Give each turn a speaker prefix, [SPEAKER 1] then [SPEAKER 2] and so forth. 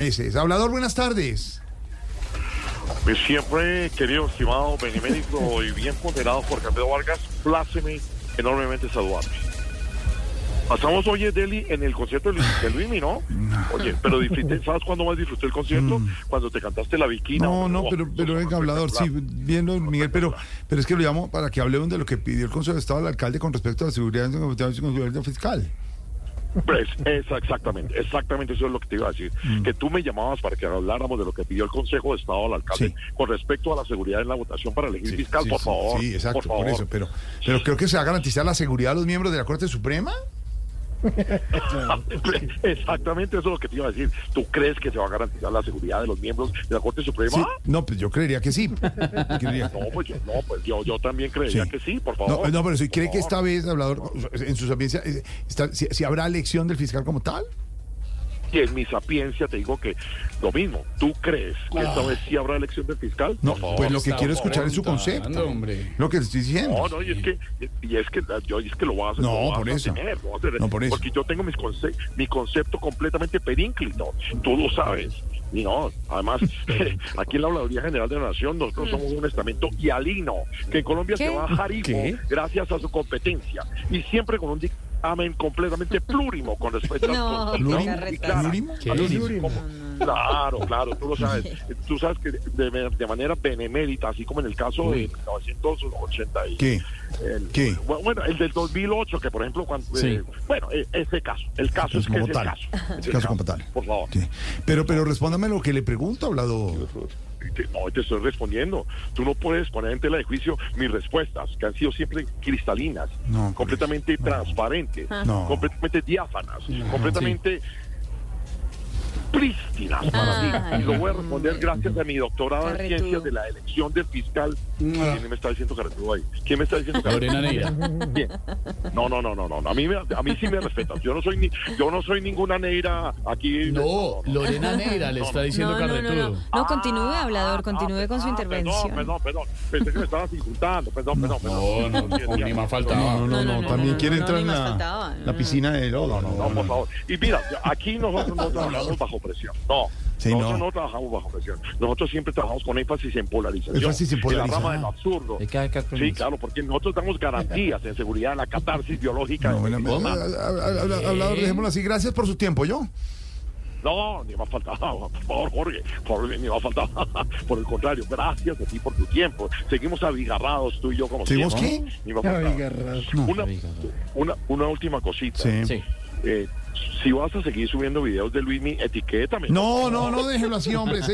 [SPEAKER 1] meses. Hablador, buenas tardes.
[SPEAKER 2] Pues siempre, querido estimado Benemérito y bien ponderado por Camilo Vargas, pláceme enormemente saludarme. Pasamos oye, Deli, en el concierto de Luis, de Luismi, ¿no? Oye, pero disfruté, ¿sabes cuándo más disfruté el concierto? Cuando te cantaste la viquina.
[SPEAKER 1] Mm. No,
[SPEAKER 2] hombre.
[SPEAKER 1] no,
[SPEAKER 2] Oh,
[SPEAKER 1] pero, pero
[SPEAKER 2] eso
[SPEAKER 1] venga,
[SPEAKER 2] fue
[SPEAKER 1] hablador, sí,
[SPEAKER 2] espectacular.
[SPEAKER 1] bien, don Miguel, pero, pero es que lo llamo para que hablemos de lo que pidió el Consejo de Estado al alcalde con respecto a la seguridad en el gobierno fiscal.
[SPEAKER 2] Pues, es exactamente, exactamente eso es lo que te iba a decir.
[SPEAKER 1] Mm.
[SPEAKER 2] Que tú me llamabas para que habláramos de lo que pidió el Consejo de Estado al alcalde
[SPEAKER 1] Sí.
[SPEAKER 2] con respecto a la seguridad en la votación para elegir
[SPEAKER 1] Sí,
[SPEAKER 2] fiscal,
[SPEAKER 1] sí,
[SPEAKER 2] por
[SPEAKER 1] sí,
[SPEAKER 2] favor.
[SPEAKER 1] Sí, exacto, por,
[SPEAKER 2] favor.
[SPEAKER 1] eso. Pero, pero creo que se va a garantizar la seguridad a los miembros de la Corte Suprema.
[SPEAKER 2] Exactamente eso es lo que te iba a decir. ¿Tú crees que se va a garantizar la seguridad de los miembros de la Corte Suprema?
[SPEAKER 1] Sí. No, pues yo creería que sí. Yo creería.
[SPEAKER 2] No, pues yo, no, pues yo, yo también creería
[SPEAKER 1] Sí.
[SPEAKER 2] que sí, por
[SPEAKER 1] No, eh,
[SPEAKER 2] favor.
[SPEAKER 1] no, pero si
[SPEAKER 2] Por
[SPEAKER 1] cree que
[SPEAKER 2] favor.
[SPEAKER 1] esta vez, hablador, en su sapiencia, eh, está- si, si habrá elección del fiscal como tal.
[SPEAKER 2] Y en mi sapiencia te digo que lo mismo. ¿Tú crees que esta vez sí habrá elección del fiscal?
[SPEAKER 1] Ah. No,
[SPEAKER 2] Por favor.
[SPEAKER 1] pues lo que quiero escuchar es su
[SPEAKER 3] preguntando,
[SPEAKER 1] concepto.
[SPEAKER 3] hombre.
[SPEAKER 1] Lo que le estoy diciendo.
[SPEAKER 2] No, no, y es que, y es que yo y es que lo vas,
[SPEAKER 1] No,
[SPEAKER 2] lo vas
[SPEAKER 1] por
[SPEAKER 2] a
[SPEAKER 1] eso.
[SPEAKER 2] tener, lo vas a tener.
[SPEAKER 1] No, por eso.
[SPEAKER 2] Porque yo tengo mis conce- mi concepto completamente perínclito. Tú lo sabes. Y no, además, aquí en la Habladuría General de la Nación, nosotros somos un estamento hialino, que en Colombia se
[SPEAKER 4] ¿Qué?
[SPEAKER 2] va a jarifo
[SPEAKER 3] ¿Qué?
[SPEAKER 2] gracias a su competencia. Y siempre con un dictamen completamente plurimo con respecto
[SPEAKER 4] No,
[SPEAKER 2] a
[SPEAKER 1] ¿Plurimo?
[SPEAKER 4] Carretas.
[SPEAKER 1] ¿Plurimo?
[SPEAKER 3] ¿Qué?
[SPEAKER 2] Así
[SPEAKER 3] Plurimo.
[SPEAKER 2] como- Claro, claro, tú lo sabes. Tú sabes que de, de manera benemérita, así como en el caso de 1980 y
[SPEAKER 1] ¿Qué?
[SPEAKER 2] el-
[SPEAKER 1] ¿Qué?
[SPEAKER 2] bu- Bueno, el del 2008, que por ejemplo, cuando,
[SPEAKER 3] Sí.
[SPEAKER 2] eh, bueno, e- ese caso, el caso
[SPEAKER 1] Pues
[SPEAKER 2] es que
[SPEAKER 1] como
[SPEAKER 2] es el
[SPEAKER 1] tal.
[SPEAKER 2] caso.
[SPEAKER 1] El
[SPEAKER 2] Es el
[SPEAKER 1] caso como tal.
[SPEAKER 2] Por favor.
[SPEAKER 1] Sí. Pero, pero respóndame lo que le pregunto, hablador.
[SPEAKER 2] Te- No, te estoy respondiendo. Tú no puedes poner en tela de juicio mis respuestas, que han sido siempre cristalinas,
[SPEAKER 1] No,
[SPEAKER 2] completamente transparentes,
[SPEAKER 1] No.
[SPEAKER 2] completamente diáfanas, completamente prístinas para mí.
[SPEAKER 4] Ay,
[SPEAKER 2] Y lo voy a responder gracias a mi doctorado en
[SPEAKER 4] Carretudo.
[SPEAKER 2] ciencias de la elección del fiscal. ¿Quién me está diciendo carretudo ahí? ¿Quién me está diciendo carretudo?
[SPEAKER 3] Lorena Neira.
[SPEAKER 2] Bien. No, no, no, no, no. no. A mí, me- a mí sí me respetan. Yo no soy ni, yo no soy ninguna neira aquí.
[SPEAKER 3] No, Lorena Neira le está diciendo
[SPEAKER 4] no, no, no,
[SPEAKER 3] carretudo.
[SPEAKER 4] no, no, continúe, hablador,
[SPEAKER 2] Ah,
[SPEAKER 4] continúe con su
[SPEAKER 2] ah,
[SPEAKER 4] intervención.
[SPEAKER 2] Perdón, perdón, perdón. Pensé que me estabas insultando. Perdón, perdón, perdón.
[SPEAKER 3] No, no, no, ni más faltaba.
[SPEAKER 1] No, no,
[SPEAKER 4] No,
[SPEAKER 1] no,
[SPEAKER 4] no, no,
[SPEAKER 1] también
[SPEAKER 4] no,
[SPEAKER 1] quiere
[SPEAKER 4] no,
[SPEAKER 1] entrar
[SPEAKER 4] ni
[SPEAKER 1] en
[SPEAKER 4] más
[SPEAKER 1] la,
[SPEAKER 4] faltaba,
[SPEAKER 1] la
[SPEAKER 4] no.
[SPEAKER 1] piscina de lodo.
[SPEAKER 2] No, por favor. Y mira, aquí nosotros no trabajamos bajo presión. No,
[SPEAKER 1] Sí,
[SPEAKER 2] nosotros
[SPEAKER 1] no.
[SPEAKER 2] no. trabajamos bajo presión. Nosotros siempre trabajamos con énfasis en polarización.
[SPEAKER 1] Énfasis en
[SPEAKER 2] la
[SPEAKER 1] polarizar.
[SPEAKER 2] rama del absurdo.
[SPEAKER 3] Hay que hacer con
[SPEAKER 2] Sí,
[SPEAKER 3] eso.
[SPEAKER 2] claro, porque nosotros damos garantías en seguridad, en la catarsis biológica.
[SPEAKER 1] No, bueno,
[SPEAKER 2] no,
[SPEAKER 1] habla- habla- habla- Hablador, dejémoslo así. Gracias por su tiempo, ¿yo?
[SPEAKER 2] no, ni más faltaba. Por favor, Jorge, por, ni más faltaba. Por el contrario, gracias a ti por tu tiempo. Seguimos abigarrados tú y yo como
[SPEAKER 1] ¿Seguimos
[SPEAKER 2] siempre.
[SPEAKER 1] qué?
[SPEAKER 2] Ni más faltaba. Una, una, una última cosita.
[SPEAKER 3] Sí.
[SPEAKER 2] Eh, si vas a seguir subiendo videos de Luismi, etiquétame.
[SPEAKER 1] No, no, no, déjelo así, hombre. sí.